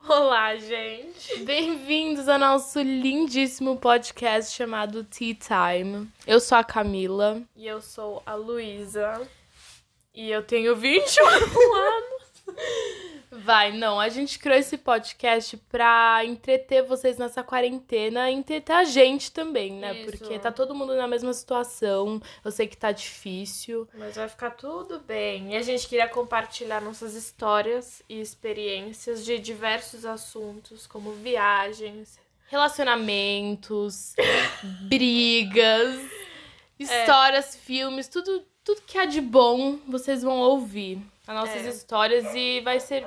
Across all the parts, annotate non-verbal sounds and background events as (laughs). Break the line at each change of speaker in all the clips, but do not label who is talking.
(laughs) Olá, gente.
Bem-vindos ao nosso lindíssimo podcast chamado Tea Time. Eu sou a Camila.
E eu sou a Luísa. E um. eu tenho 21 anos.
Vai, não, a gente criou esse podcast pra entreter vocês nessa quarentena e entreter a gente também, né?
Isso.
Porque tá todo mundo na mesma situação. Eu sei que tá difícil.
(laughs) Mas vai ficar tudo bem. E a gente queria compartilhar nossas histórias e experiências de diversos assuntos, como viagens,
Relacionamentos, (coughs) brigas,
É.
histórias, filmes, tudo, tudo que há de bom, vocês vão ouvir. As nossas
É.
histórias e vai ser.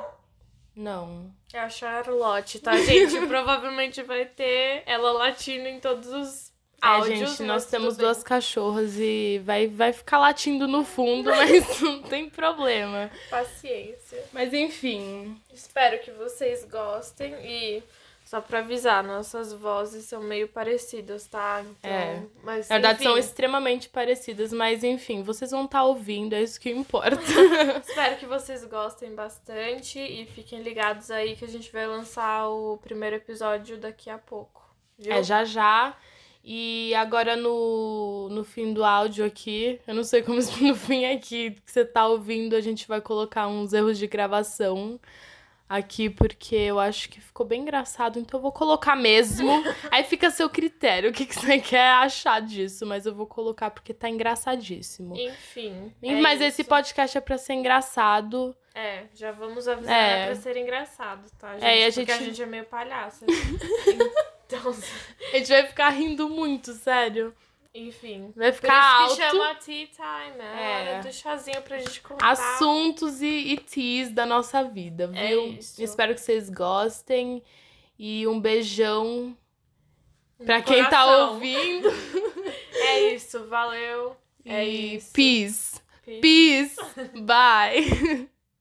Não.
É a Charlotte,
(laughs)
tá, gente? Provavelmente vai ter ela latindo em todos os
É,
áudios.
gente, nós
mas tudo
temos
bem.
duas cachorras e vai, vai ficar latindo no fundo, (laughs) mas não tem problema.
Paciência.
Mas enfim,
Espero que vocês gostem e... Só pra avisar, nossas vozes são meio parecidas, tá? Então,
É.
Mas,
na verdade são
enfim,
extremamente parecidas, mas enfim, vocês vão estar ouvindo, é isso que importa.
(laughs) Espero que vocês gostem bastante e fiquem ligados aí que a gente vai lançar o primeiro episódio daqui a pouco. Viu?
É já já. E agora no, no fim do áudio aqui, eu não sei como isso no fim aqui que você tá ouvindo, a gente vai colocar uns erros de gravação aqui, porque eu acho que ficou bem engraçado, então eu vou colocar (laughs) mesmo. Aí fica a seu critério, o que, que você quer achar disso, mas eu vou colocar porque tá engraçadíssimo.
Enfim.
E-
é
mas esse
isso.
podcast é pra ser engraçado.
É, já vamos avisar
É.
é. pra ser engraçado, tá, gente?
É, e a
Porque a
gente-
gente é meio
(laughs)
palhaça. então, (laughs)
A gente vai ficar rindo muito, sério.
enfim.
Vai
Por
ficar
isso que
alto.
chama Tea Time, é,
É.
hora do chazinho pra gente contar.
assuntos e, e teas da nossa vida, viu?
É isso.
Espero que vocês gostem. E um beijão
no
pra quem tá
coração.
ouvindo.
É isso, valeu. É
e
isso.
peace.
(laughs) Peace.
Peace. Bye.